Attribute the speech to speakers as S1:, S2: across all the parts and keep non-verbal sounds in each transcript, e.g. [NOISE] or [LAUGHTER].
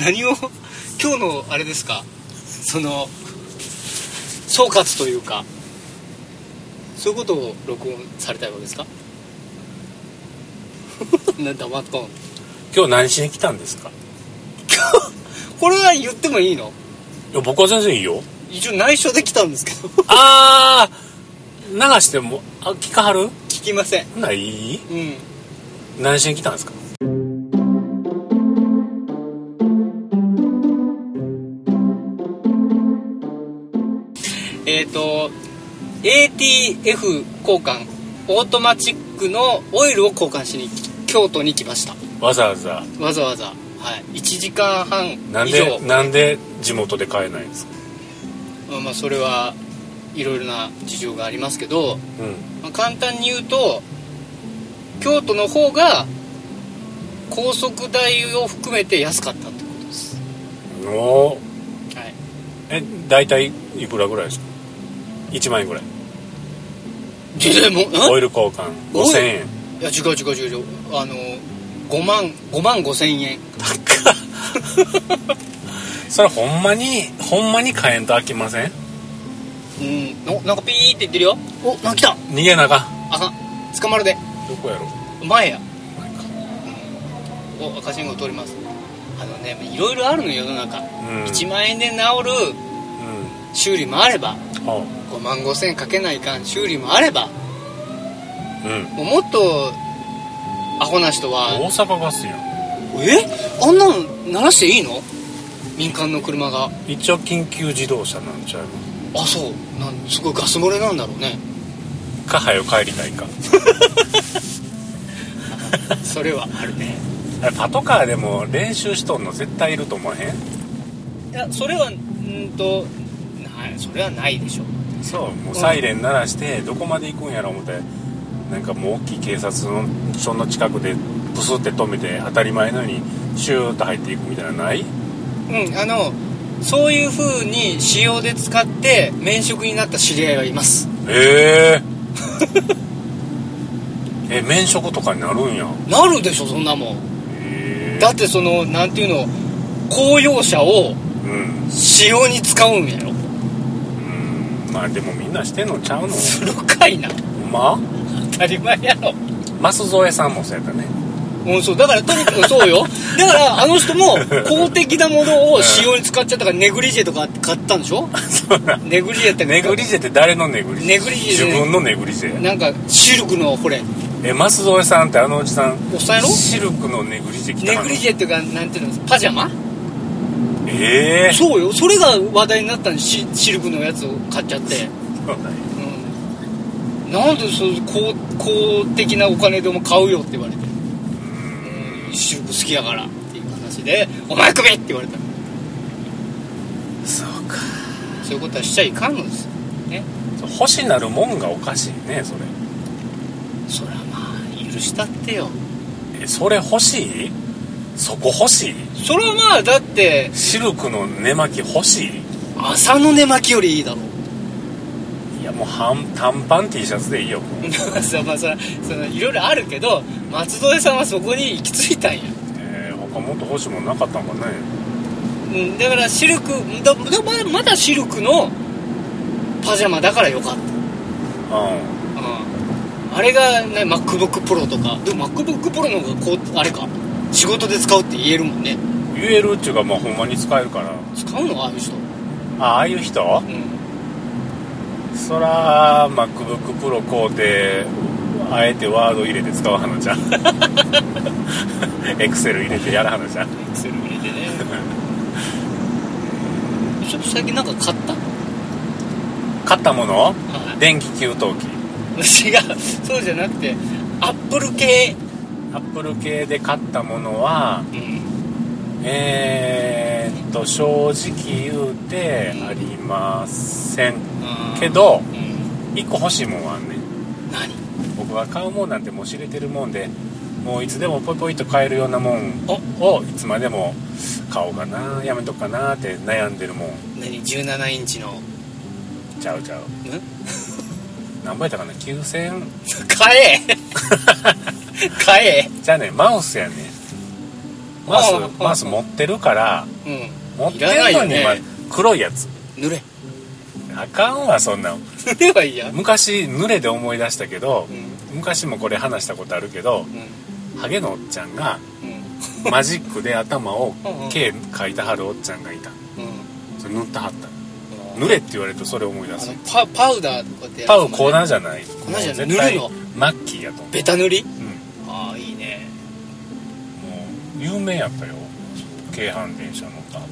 S1: 何を今日のあれですかその総括というかそういうことを録音されたいわけですか [LAUGHS] なんだまっとん
S2: 今日何しに来たんですか
S1: これは言ってもいいの
S2: いや僕は全然いいよ
S1: 一応内緒で来たんですけど [LAUGHS]
S2: あー流してもあ聞かはる
S1: 聞きません
S2: ほんならいい
S1: うん
S2: 何しに来たんですか
S1: えっ、と ATF 交換オートマチックのオイルを交換しに京都に来ました
S2: わざわざ
S1: わざわざはい1時間半
S2: なん
S1: 以上
S2: でなんで地元で買えないんですか
S1: まあ、まあそれはいろいろな事情がありますけど、
S2: うん
S1: まあ、簡単に言うと京都の方が高速代を含めて安かったってことです、
S2: おー
S1: はい、
S2: え大体いくらぐらいですか1万円ぐらい
S1: ででもん
S2: オイル交換
S1: おい
S2: 5000円
S1: いや違う違う違う違うあの5万5万5千円
S2: [LAUGHS] それほんまにほんまに買えんと飽きません
S1: うんおなんかピーって言ってるよおなんか来た
S2: 逃げなあかん
S1: あかん捕まるで
S2: どこやろ
S1: 前や
S2: 前か
S1: お赤信号通りますあのねいろいろあるの世の中、
S2: うん
S1: 1万円で治る
S2: うん
S1: 修理もあれば
S2: は
S1: 5万5千円かけないかん修理もあれば
S2: あうん
S1: もうもっとアホな人は
S2: 大阪ガスやん
S1: えあんなの鳴らしていいの民間の車が
S2: 一応緊急自動車なんちゃう
S1: あそうなんすごいガス漏れなんだろうね
S2: かはよ帰りたいか
S1: [LAUGHS] それはあるね
S2: あれパトカーでも練習しとんの絶対いると思わへん
S1: いやそれはうんとないそれはないでしょ
S2: そうもうサイレン鳴らしてどこまで行くんやろ思ってなんかもう大きい警察の署の近くでブスって止めて当たり前のようにシューッと入っていくみたいなのない
S1: うんあのそういう風に使用で使って免職になった知り合いがいます
S2: ええ [LAUGHS] え免職とかになるんや
S1: なるでしょそんなもん
S2: ええ
S1: だってそのなんていうの公用車を
S2: うん
S1: 使用に使うんやろ
S2: うんまあでもみんなしてんのちゃう
S1: [LAUGHS]
S2: の
S1: するかいな
S2: ほんま
S1: 当たり前やろ
S2: 舛添さんもそうやったね
S1: うん、そう。だから、とにかくそうよ。だから、あの人も、公的なものを使用に使っちゃったから、ネグリジェとか買ったんでしょ
S2: [LAUGHS] そうなん
S1: ネグリジェって、
S2: ネグリジェって誰のネグリジェ
S1: ネグリジェ
S2: 自分のネグリジェ
S1: なんか、シルクの、これ、
S2: え舛添さんってあのおじさん
S1: おっさんやろ
S2: シルクのネグリジェ着た
S1: ネ
S2: か
S1: グ
S2: な
S1: リジェっていうか、なんていうの、パジャマ
S2: ええ
S1: そうよ。それが話題になったのシシルクのやつを買っちゃって。うん。なんで、そう、公、公的なお金でも買うよって言われて。うん、シルク好きやからっていう話で、お前首って言われた。
S2: そうか
S1: そういうことはしちゃいかんのです。ね。
S2: 星なるもんがおかしいねそれ
S1: そりゃまあ許したってよ
S2: えそれ欲しいそこ欲しい
S1: それはまあだって
S2: シルクの寝巻き欲しい
S1: 朝の寝巻きよりいいだろ
S2: いやもう半短パン T シャツでいいよもう
S1: まあ [LAUGHS] さまあそらそのいろいろあるけど松添さんはそこに行き着いたんや、
S2: えー、他もっと欲しいもんなかったんかね
S1: うん、だからシルクだだまだまだシルクのパジャマだからよかった、うん、
S2: う
S1: あれがね MacBookPro とかでも MacBookPro の方がこうあれか仕事で使うって言えるもんね
S2: ん言えるっちゅうかまあほんまに使えるから
S1: 使うのああいう人、
S2: あああいう人
S1: うん、
S2: そら MacBookPro 買うてあえてワード入れて使わはんのじ [LAUGHS] ゃんエクセル入れてやらはんのじゃん
S1: セル入れてね [LAUGHS] ちょっと最近なんか買った
S2: 買ったもの
S1: はい
S2: 電気給湯器
S1: 違うそうじゃなくてアップル系
S2: アップル系で買ったものは
S1: うん
S2: えー、っと正直言うてありません
S1: け
S2: けど
S1: うん
S2: 1個欲しいもんはあんねん
S1: 何
S2: 僕は買うもんなんてもう知れてるもんでもういつでもポイポイと買えるようなもんをいつまでも買おうかなやめとくかなって悩んでるもん
S1: 何17インチのん
S2: ちゃうちゃう何倍だかな9000
S1: 買え買え
S2: じゃあねマウスやねマス
S1: あー
S2: マス持ってるから
S1: うん
S2: 持って
S1: いらない
S2: る
S1: よ
S2: のに、
S1: ね
S2: まあ黒いやつ
S1: 濡れ
S2: あかんわそんなん
S1: 濡れはいいや、うん
S2: 昔濡れで思い出したけど
S1: う、ん
S2: 昔もこれ話したことあるけどハゲのおっちゃんが
S1: う
S2: マジックで頭を
S1: [LAUGHS] うんうん
S2: K 描いたはるおっちゃんがいた
S1: ん
S2: それ塗ったはった
S1: うん
S2: 濡れって言われるとそれ思い出
S1: あ
S2: す
S1: のパパウダーとかってやつ
S2: パウ粉じゃない粉
S1: じゃない
S2: 絶
S1: 塗
S2: 対
S1: るの
S2: マッキーやと思う
S1: ベタ塗り
S2: うん
S1: ああいいね
S2: もう有名やったよ京阪電車乗ったはっ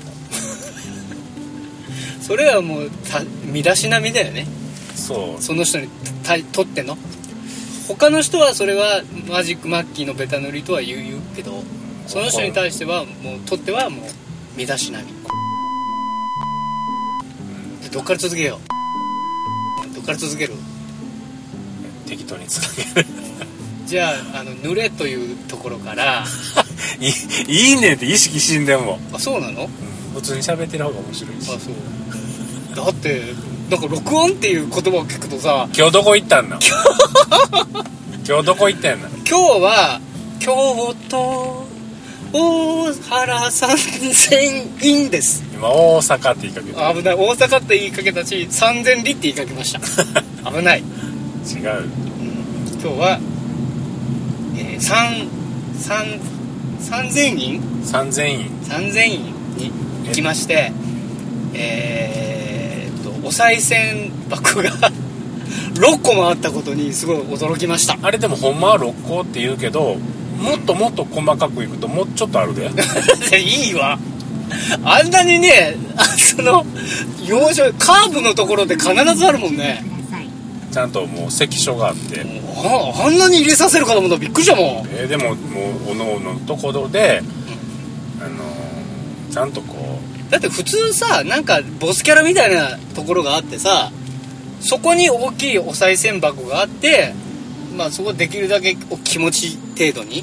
S1: それはもうた身だしなみだよね
S2: たそう
S1: その人にたとっての他の人はそれはマジックマッキーのベタ塗りとは言う言うけどその人に対してはもうとってはもう身だしなみでどっから続けようどっから続ける
S2: 適当につなげる [LAUGHS]
S1: じゃああの濡れというところから
S2: いいいいねって意識しんでも、
S1: あそうなの
S2: 普通に喋ってる方が面白いし
S1: あそうだってなんか録音っていう言葉を聞くとさ
S2: 今日どこ行ったんな [LAUGHS] 今日どこ行ったんな
S1: 今日は京都大原三千院です
S2: 今大阪って言いかけて
S1: あ危ない大阪って言いかけたし三千里って言いかけました危ない、
S2: 違う
S1: うん今日は、えー、三三三千院
S2: 三千院
S1: 三千院に行きましてえーっとお賽銭箱が [LAUGHS] 6個もあったことにすごい驚きました
S2: あれでもほんまは六甲って言うけどもっともっと細かくいくともうちょっとある [LAUGHS] で
S1: いいわあんなにねあその要所カーブのところで必ずあるもんね
S2: ちゃんともう関所があって
S1: ああんなに入れさせるかと思ったらびっくりしたもん
S2: えーでももうおのおのところで、あのーちゃんとこ
S1: だって普通さなんかボスキャラみたいなところがあってさそこに大きいお賽銭箱があってまあそこできるだけお気持ち程度に
S2: う、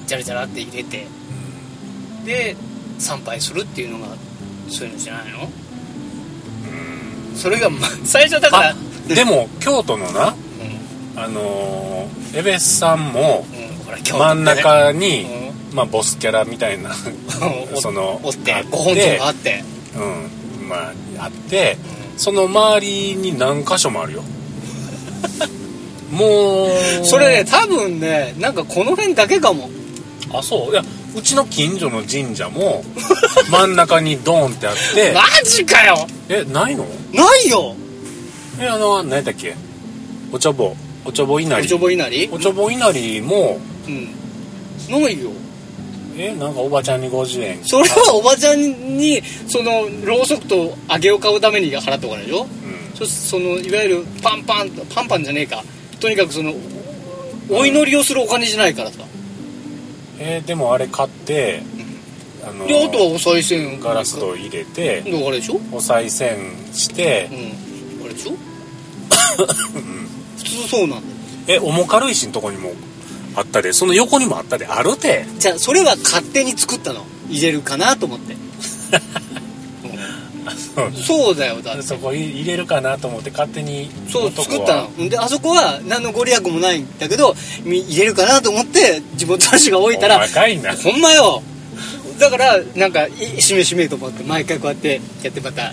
S2: うん
S1: ジャラジャラって入れてで参拝するっていうのがそういうのじゃないのそれが、ま、最初だから
S2: あでも京都のな
S1: う
S2: あのー江部さんも
S1: んうんほら京都ってね
S2: 真ん中に、
S1: うん
S2: まあ、ボスキャラみたいな、 [LAUGHS]
S1: お
S2: その
S1: おっ
S2: あ
S1: て
S2: って
S1: ご本尊があって、
S2: うんまあ、あって
S1: う
S2: その周りに何箇所もあるよもうん
S1: それね多分ねなんかこの辺だけかも
S2: あそういやうちの近所の神社
S1: [LAUGHS]
S2: も真ん中にドーンってあって
S1: マジかよ
S2: えないの
S1: ないよ
S2: えあの何だっけおちょぼおちょぼ稲
S1: お
S2: 荷
S1: ちょぼいなり
S2: おちょぼ稲荷も
S1: うんないよ
S2: えなんかおばちゃんに50円
S1: それはおばちゃんにそのろうそくと揚げを買うために払ったお金でしょ
S2: うん
S1: そそのいわゆるパンパンパンパンじゃねえかとにかくそのお祈りをするお金じゃないからさ、
S2: えーでもあれ買ってあの
S1: であとはお賽銭
S2: ガラス戸入れて
S1: だからでしょ
S2: お賽銭して
S1: うんあれでしょ普通そうなんだよ
S2: え重軽石のとこにもあったでその横にもあったであるて
S1: じゃあそれは勝手に作ったの入れるかなと思 [LAUGHS] って、うんそうだよだって
S2: そこい入れるかなと思って勝手に
S1: そう
S2: 男は
S1: 作ったのであそこは何のご利益もないんだけどみ入れるかなと思って地元の人が置いたら
S2: 細かいな
S1: ほんまよだからなんかいしめしめと思って毎回こうやってやってまた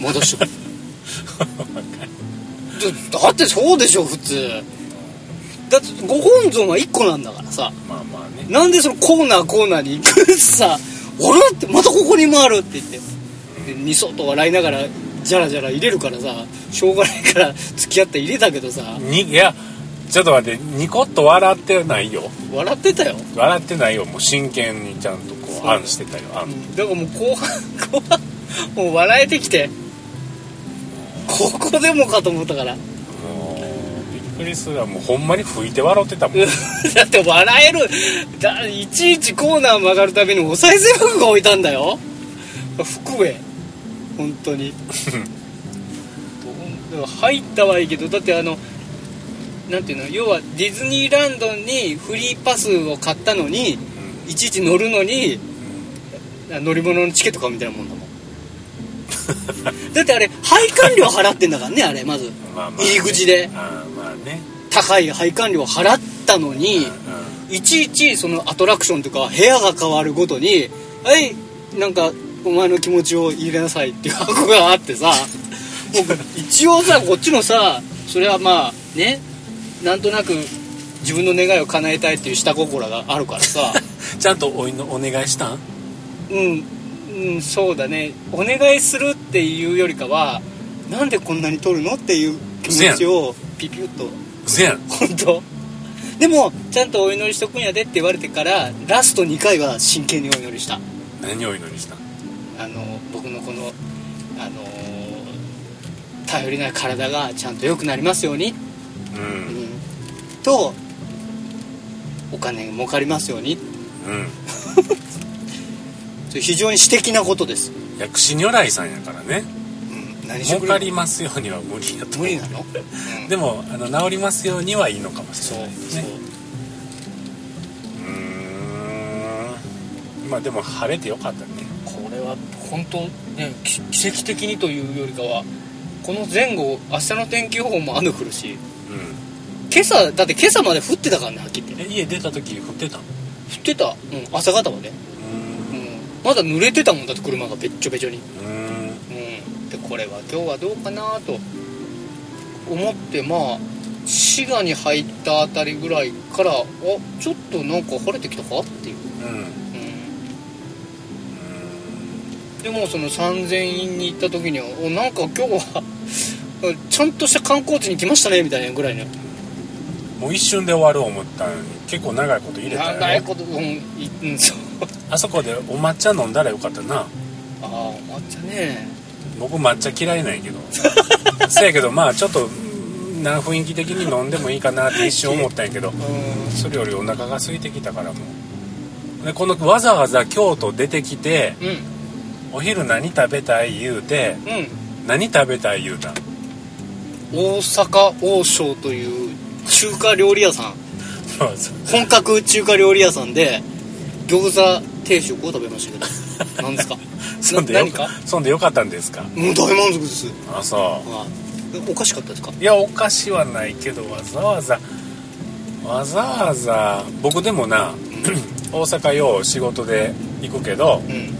S1: 戻しとくだだってそうでしょ普通だってご本尊は1個なんだからさ
S2: まあまあね
S1: なんでそのコーナーコーナーに行くさ「あれ?」ってまたここにもあるって言ってでにそっと笑いながらじゃらじゃら入れるからさしょうがないから付き合って入れたけどさ
S2: にいやちょっと待ってニコッと笑ってないよ
S1: 笑ってたよ
S2: 笑ってないよもう真剣にちゃんとこ
S1: そう
S2: う案してたよ案
S1: だからもう後半後半もう笑えてきてここでもかと思ったから
S2: もうびっくりするわもうほんまに吹いて笑ってたも
S1: [LAUGHS]
S2: ん
S1: だって笑えるだいちいちコーナー曲がるたびにお賽銭箱が置いたんだよ福へ本当
S2: [LAUGHS]
S1: にでも入ったはいいけどだってあのなんていうの要はディズニーランドにフリーパスを買ったのにいちいち乗るのにあ乗り物のチケット買うみたいなもんだ [LAUGHS] もんだってあれ配管料払ってんだからねあれまず
S2: まあまあ
S1: 入り口で
S2: ああまあね
S1: 高い配管料払ったのに
S2: うん
S1: いちいちそのアトラクションとか部屋が変わるごとに「はいなんかお前の気持ちを入れなさい」っていう箱があってさもう一応さこっちのさそれはまあねなんとなく自分の願いを叶えたいっていう下心があるからさ
S2: ちゃんとおいのお願いしたん
S1: うん、うん、そうだねお願いするっていうよりかはなんでこんなに取るのっていう気持ちをピピュッと
S2: 嘘やん
S1: 本当でもちゃんとお祈りしとくんやでって言われてからラスト2回は真剣にお祈りした
S2: 何をお祈りしたん
S1: あの僕のこのあの頼りない体がちゃんと良くなりますように、
S2: う
S1: うんん、とお金が儲かりますように
S2: うん
S1: それ非常に私的なことです、
S2: 薬師如来さんやからね
S1: うん、何して
S2: 儲
S1: く
S2: か
S1: れる
S2: りますようには無理やと思
S1: 無
S2: う
S1: 理なの、うん
S2: でもあの治りますようにはいいのかもし
S1: そう
S2: れないです
S1: そう、
S2: ねうーんまあでも晴れてよかったね
S1: これは本当ねき奇跡的にというよりかはこの前後明日の天気予報も雨降るし
S2: う
S1: 今朝だって今朝まで降ってたからねはっきり言って
S2: え家出た時降ってたの
S1: 降ってた、うん、朝方まで、う、
S2: うん
S1: まだ濡れてたもんだって車がべっちょべちょに、
S2: ーんう
S1: うん、でこれは今日はどうかなと思ってまあ滋賀に入ったあたりぐらいからあちょっとなんか晴れてきたかっていう、
S2: ーんうん
S1: うん、でもその三千院に行った時にはおなんか今日は [LAUGHS] ちゃんとした観光地に来ましたねみたいなぐらいの
S2: もう一瞬で終わる思ったのに結構長いこと入れたよ
S1: 長い
S2: ね
S1: ことうんいうんそう
S2: あそこでお抹茶飲んだらよかったな
S1: ああ抹茶ね
S2: 僕抹茶嫌いなんやけど [LAUGHS] せやけどまあちょっとうんな雰囲気的に飲んでもいいかなって一瞬思ったんやけど
S1: うん
S2: それよりお腹が空いてきたからもうでこのわざわざ京都出てきて
S1: うん
S2: お昼何食べたい言うて
S1: うん、
S2: 何食べたい言うたん [LAUGHS]
S1: 大阪王将という中華料理屋さん
S2: そうそう
S1: 本格中華料理屋さんで餃子定食を食べましたけど何ですか
S2: そんで
S1: な
S2: よ
S1: 何か
S2: そんでよかったんですか
S1: もう大満足です
S2: あそ
S1: あおかしかったですか
S2: ういやお菓子はないけどわざわざわざわざ僕でもな大阪よう仕事で行くけど
S1: うん
S2: 止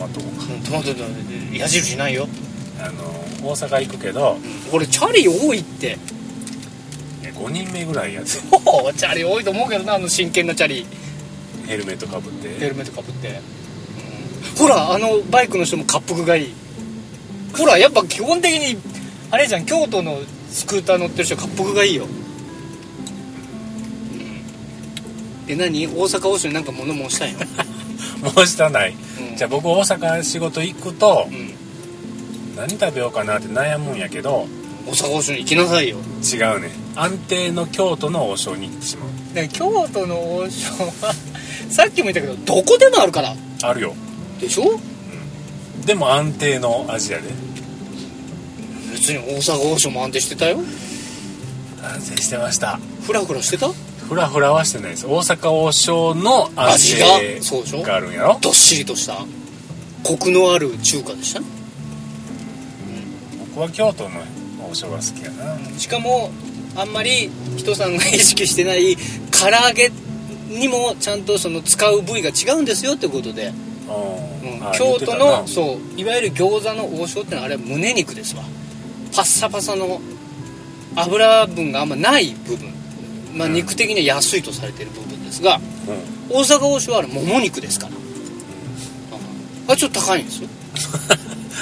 S2: まっとこうか
S1: トマトだ矢印ないよ、
S2: あの大阪行くけど
S1: うん、これチャリ多いって
S2: 5人目ぐらいやつ [LAUGHS]
S1: おーチャリ多いと思うけどなあの真剣なチャリ
S2: ヘルメットかぶっ
S1: ヘ
S2: て
S1: ルメットかぶって、ほらあのバイクの人も滑覆がいいほらやっぱ基本的にあれじゃん京都のスクーター乗ってる人滑覆がいいよ、え何大阪王将になんか物申したい [LAUGHS] の、
S2: もうしたない、
S1: うん
S2: じゃあ僕大阪仕事行くと
S1: うん、
S2: 何食べようかなって悩むんやけど
S1: 大阪王将に行きなさいよ
S2: 違うね安定の京都の王将に行ってしまう
S1: 京都の王将は [LAUGHS] さっきも言ったけどどこでもあるから
S2: あるよ
S1: でしょ
S2: でも安定の味やで
S1: 別に大阪王将も安定してたよ
S2: 安定してました
S1: フラフラしてた
S2: フラフラはしてないです大阪王将の安
S1: 味がそうでしょ
S2: 定があるんやろ
S1: どっしりとしたコクのある中華でしたね
S2: 僕は京都の王将が好きやな
S1: しかもあんまり人さんが意識してない唐揚げにもちゃんとその使う部位が違うんですよってことで、うん
S2: あー言
S1: 京
S2: ってた
S1: 都
S2: な
S1: のそういわゆる餃子の王将ってのはあれは胸肉ですわパッサパサの油分があんまない部分、まあ、
S2: うん
S1: 肉的には安いとされてる部分ですが
S2: うん
S1: 大阪王将はあれもも肉ですから、うんあちょっと高いんですよ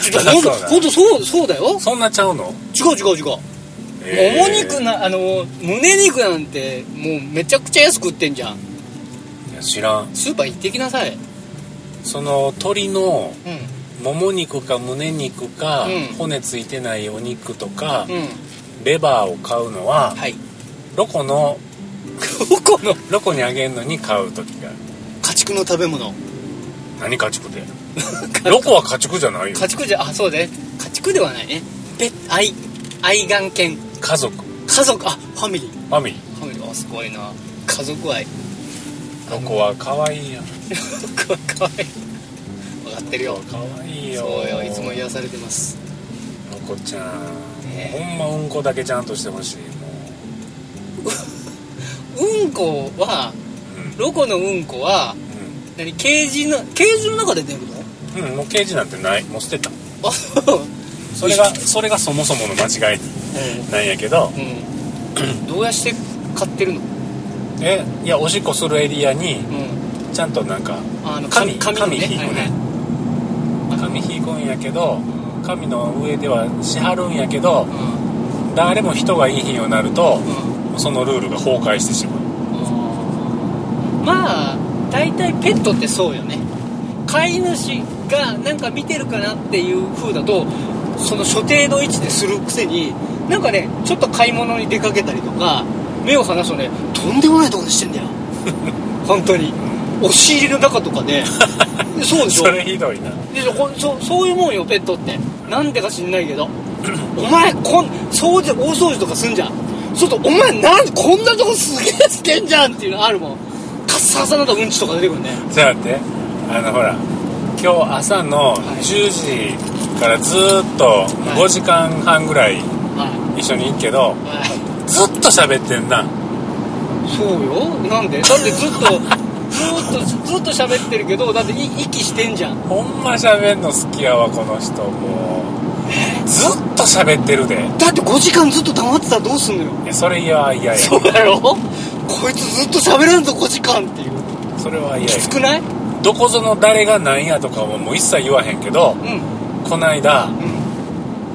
S1: ちょっとほんと
S2: [LAUGHS] 高そうだ
S1: ほんとそうそうだよ
S2: そんなちゃうの
S1: 違う違う違うもも肉なあの胸肉なんてもうめちゃくちゃ安く売ってんじゃん
S2: いや知らん
S1: スーパー行ってきなさいうん
S2: その鶏のもも肉か胸肉か、
S1: うん
S2: 骨ついてないお肉とか、
S1: うん
S2: レバーを買うのは
S1: はい
S2: ロコの
S1: この
S2: ロコにあげるのに買う時がある
S1: 家畜の食べ [LAUGHS] 物
S2: 何家畜でロコは家畜じゃないよ
S1: 家畜じゃあそうだね家畜ではないねペ愛愛眼犬
S2: 家族フ
S1: 家族あファミリー
S2: ァミリー
S1: ファミリーあすごいな家族愛
S2: ロコは可愛いよ
S1: か [LAUGHS] わいい分かってるよ
S2: 可愛いよ
S1: そうよいつも癒されてます
S2: ロコちゃん、
S1: ねえ
S2: ほんまうんこだけちゃんとしてほしいも
S1: うんこは
S2: う、うん
S1: ロコのうんこは何ケージのケージの中で出るの
S2: うん、うん、もうケージなんてないもう捨てた
S1: あ [LAUGHS] そう
S2: それがそれがそもそもの間違いなんやけど
S1: うん、うん、どうやして買ってるの、
S2: えいやおしっこするエリアに
S1: うん、
S2: ちゃんとなんか
S1: あの
S2: 紙
S1: 紙紙のね
S2: 紙引くね
S1: はいはい
S2: 紙引くんやけど紙の上ではしはるんやけど誰も人がいいひんようになると
S1: うんうん
S2: そのルールが崩壊してしまう
S1: まあ大体ペットってそうよね飼い主がなんか見てるかなっていう風だとその所定の位置でするくせになんかねちょっと買い物に出かけたりとか目を離すとねとんでもないとこでしてんだよ本当に押し入れの中とかでそうでしょ
S2: それひどいな
S1: でしょこんそそういうもんよペットってなんでか知んないけど [CLEARS THROAT] お前こん掃除大掃除とかすんじゃんそうするとお前なんこんなとこすげえしてんじゃんっていうのあるもんカッサカサなんだうんちとか出てくるね
S2: じゃあ待ってあのほら今日朝の
S1: い
S2: 10時からずーっと
S1: い
S2: 5時間半ぐらい
S1: は
S2: 一緒にいっけど
S1: いはい
S2: ずっと喋ってんな
S1: そうよなんでだってずっと [LAUGHS] ずっとずっと喋ってるけどだってい息してんじゃん
S2: ほんま喋んの好きやわこの人もうずっと喋ってるで
S1: だって5時間ずっと黙ってたらどうすんのよ
S2: いやそれ嫌や嫌や
S1: そうだろこいつずっと喋らんぞ5時間っていう
S2: それは嫌
S1: き
S2: や
S1: つくない
S2: どこぞの誰が何やとかはもう一切言わへんけど
S1: うん
S2: こないだ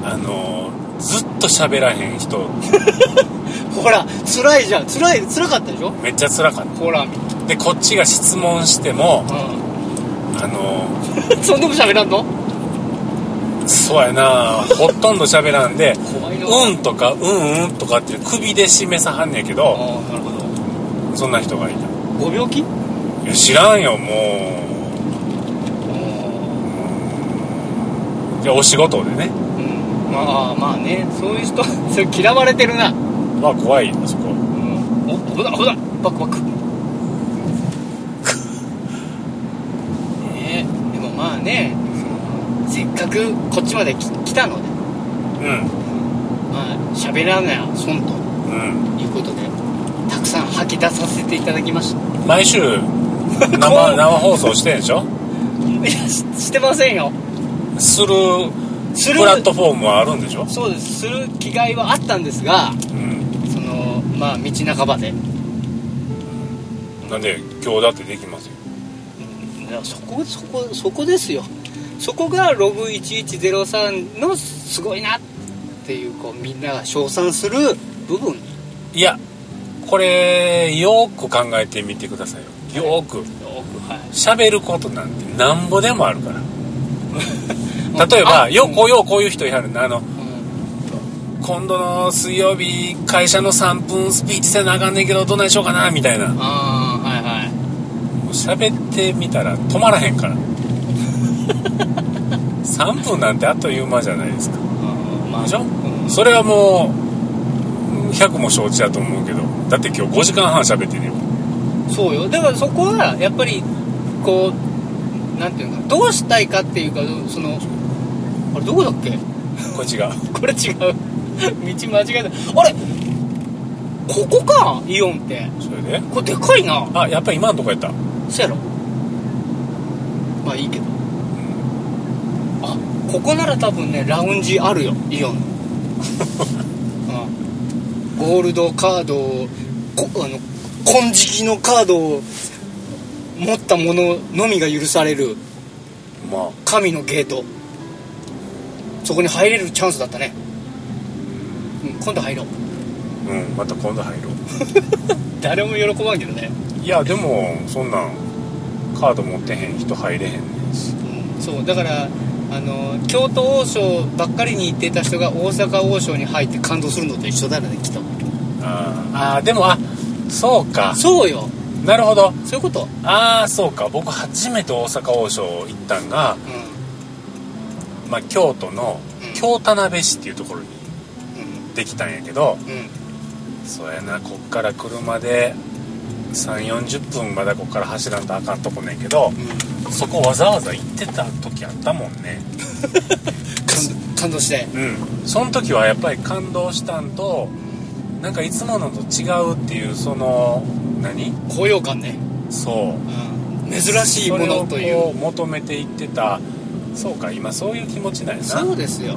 S1: うん
S2: あのずっと喋らへん人
S1: ほら辛いじゃん辛い辛かったでしょ
S2: めっちゃ辛かっ
S1: ほら、うん、
S2: たでこっちが質問してもあの
S1: [LAUGHS] そんでも喋らんの
S2: そうやなほとんど喋らんで
S1: 怖い
S2: 「
S1: な
S2: うん」とか「うんうん」とかって首で示さはんねんけ
S1: あ
S2: ど
S1: あなるほ
S2: そんな人がいた
S1: どご病気
S2: いや知らんよも
S1: う
S2: ういやお仕事でね
S1: んまあまあねそういう人 [LAUGHS] それ嫌われてるな、うん、
S2: まあ怖いよそこ
S1: お危ない危ないバックバックねえでもまあねそのせっかくこっちまで来来たので
S2: うん
S1: まあ喋らなや損と
S2: うん
S1: いうことでたくさん吐き出させていただきました
S2: 毎週
S1: [LAUGHS]
S2: 生
S1: 怖い
S2: 生放送してんでしょ
S1: いやししてませんよ
S2: する
S1: する
S2: プラットフォームはあるんでしょ、
S1: そうですする気概はあったんですが
S2: うん、
S1: そのまあ道半ばで、
S2: なんで今日だってできますよ
S1: うんいやそこそこそこですよそこがログ1103のすごいなっていうこうみんなが称賛する部分に
S2: いやこれよーく考えてみてくださいよよーく
S1: 多くはい
S2: 喋ることなんてなんぼでもあるから例えば
S1: あ
S2: ようこうようこういう人やるなあの
S1: うん
S2: 今度の水曜日会社の3分スピーチせなあかんねんけどどないしようかなみたいな
S1: ああはいはい
S2: 喋ってみたら止まらへ
S1: [LAUGHS]
S2: んから3分なんてあっという間じゃないですか
S1: うんまあ
S2: でしょ
S1: うん
S2: それはもううん100も承知だと思うけどだって今日5時間半喋ってるよ
S1: そうよだからそこはやっぱりこうなんていうのかなどうしたいかっていうかそのあれどこだっけ
S2: こっちが
S1: これ違う [LAUGHS] 道間違えたあれここかイオンって
S2: それで
S1: これでかいな
S2: あやっぱり今のとこやった
S1: そやろまあいいけどあここなら多分ねラウンジあるよイオンの、うん、ゴールドカードをこあの金色のカードを持った者のみが許される
S2: まあ
S1: 神のゲートそこに入れるチャンスだったね、うん、今度入ろう
S2: うんまた今度入ろう
S1: 誰も喜ばんけどね、
S2: いやでもそんなんカード持ってへん人入れへんねんし
S1: うん、そうだからあの京都王将ばっかりに行ってた人が大阪王将に入って感動するのと一緒だよねきっと
S2: あーあーでもあそうか
S1: そうよ
S2: なるほど
S1: そういうこと、
S2: ああそうか僕初めて大阪王将行ったんが、
S1: うん
S2: まあ、京都の
S1: うん
S2: 京田辺市っていうところにできたんやけど、
S1: うんうん、
S2: そうやなこっから車で3 4 0分まだこっから走らんとあかんとこねんけどそこわざわざ行ってた時あったもんね
S1: 感感動して
S2: うんその時はやっぱり感動したんとなんかいつものと違うっていうその何
S1: 高揚感ね
S2: そう
S1: うん珍しいものとい
S2: それをこ
S1: う
S2: う求めていってたそうか今そういう気持ちなんやな
S1: そうですよ
S2: う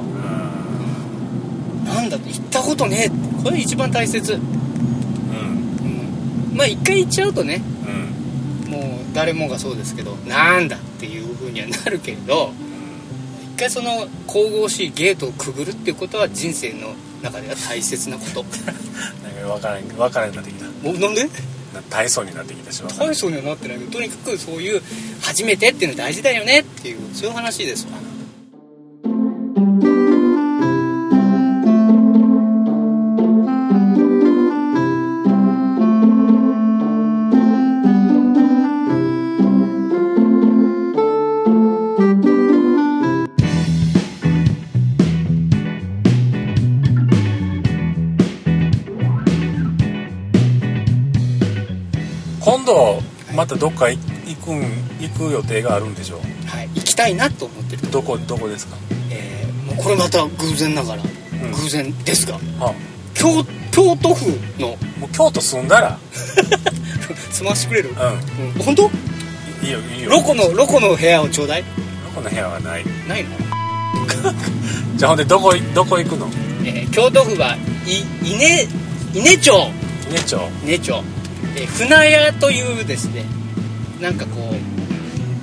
S2: ん
S1: なんだ行ったことねえこれ一番大切、うん、
S2: うん
S1: まあ一回行っちゃうとね
S2: うん
S1: もう誰もがそうですけどなんだっていう風にはなるけれど一回その神々しいゲートをくぐるっていうことは人生の中では大切な
S2: [LAUGHS]
S1: こと
S2: なんか分からん分からんようになってきた
S1: もうなんで
S2: な大層になってきたし分からん
S1: 大層にはなってないけどとにかくそういう初めてっていうのは大事だよねっていうそういう話ですわ
S2: 今度またどっか行くん行く予定があるんでしょう
S1: はい行きたいなと思ってる
S2: どこどこですか
S1: えーもうこれまた偶然ながら、
S2: ん
S1: 偶然ですが
S2: あ
S1: 京京都府
S2: [LAUGHS]
S1: の
S2: もう京都住んだら
S1: すましてくれる、
S2: う
S1: うん、本当
S2: んいいよいいよ
S1: ロコのロコの部屋をちょうだい
S2: ロコの部屋はない
S1: ないの、
S2: じゃあほんでどこどこ行くの
S1: えー京都府はい伊根伊根町
S2: ねちょ
S1: 根町、えー船屋というですねなんかこう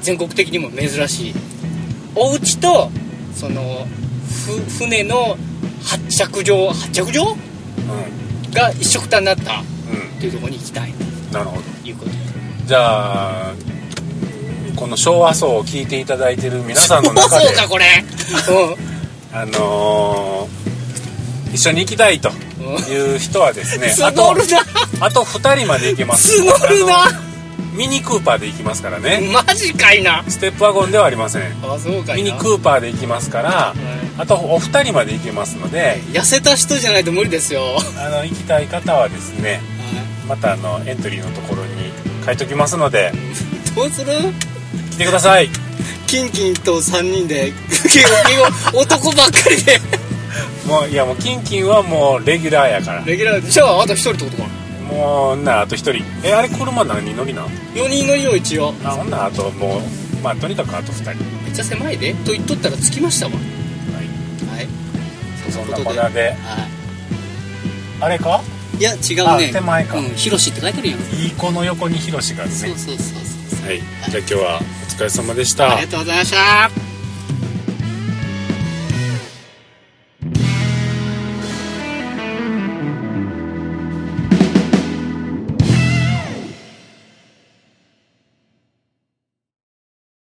S1: 全国的にも珍しいお家とそのふ船の発着場発着場
S2: うん
S1: が一緒くたになった
S2: う
S1: というところに行きたい
S2: んなるほど
S1: ということで
S2: じゃあこの昭和層を聞いていただいてる皆さんの中で
S1: [LAUGHS] そうかこれ
S2: あのー一緒に行きたいと
S1: うん
S2: いう人はで
S1: [LAUGHS]
S2: す [LAUGHS] ねあと
S1: 募る
S2: あと2人まで行
S1: [LAUGHS]
S2: けます
S1: な募る
S2: あのミニクーパーで行きますからね
S1: なマジかいな
S2: ステップワゴンではありません
S1: あそうか
S2: ミ
S1: い
S2: ニ
S1: な
S2: クーパーで行きますから
S1: い
S2: あとお二人まで行けますので
S1: 痩せた人じゃないと無理ですよ、
S2: あの行きたい方はですねまたあのエントリーのところに書いときますので
S1: どうする
S2: 来てください
S1: キンキンと3人で男ばっかりで
S2: もういやもうキンキンはもうレギュラーやから
S1: レギュラーじゃああと1人ってことか
S2: もうほんならあと一人えあれ車何人乗りなん
S1: 4人乗りよ一応
S2: あほんならあともうまあとにかくあと二人
S1: めっちゃ狭いでと言っとったら着きましたわは
S2: はい
S1: い
S2: そん
S1: う
S2: な
S1: いうこ
S2: こと
S1: で
S2: とで
S1: は
S2: あれか
S1: いいや違う
S2: あ
S1: ね
S2: 手前か
S1: うん「ヒロシ」って書いてるやん
S2: いい子の横にヒロシがある
S1: そう
S2: ね
S1: そうそうそう
S2: はいじゃあ今日はお疲れ様でした
S1: ありがとうございました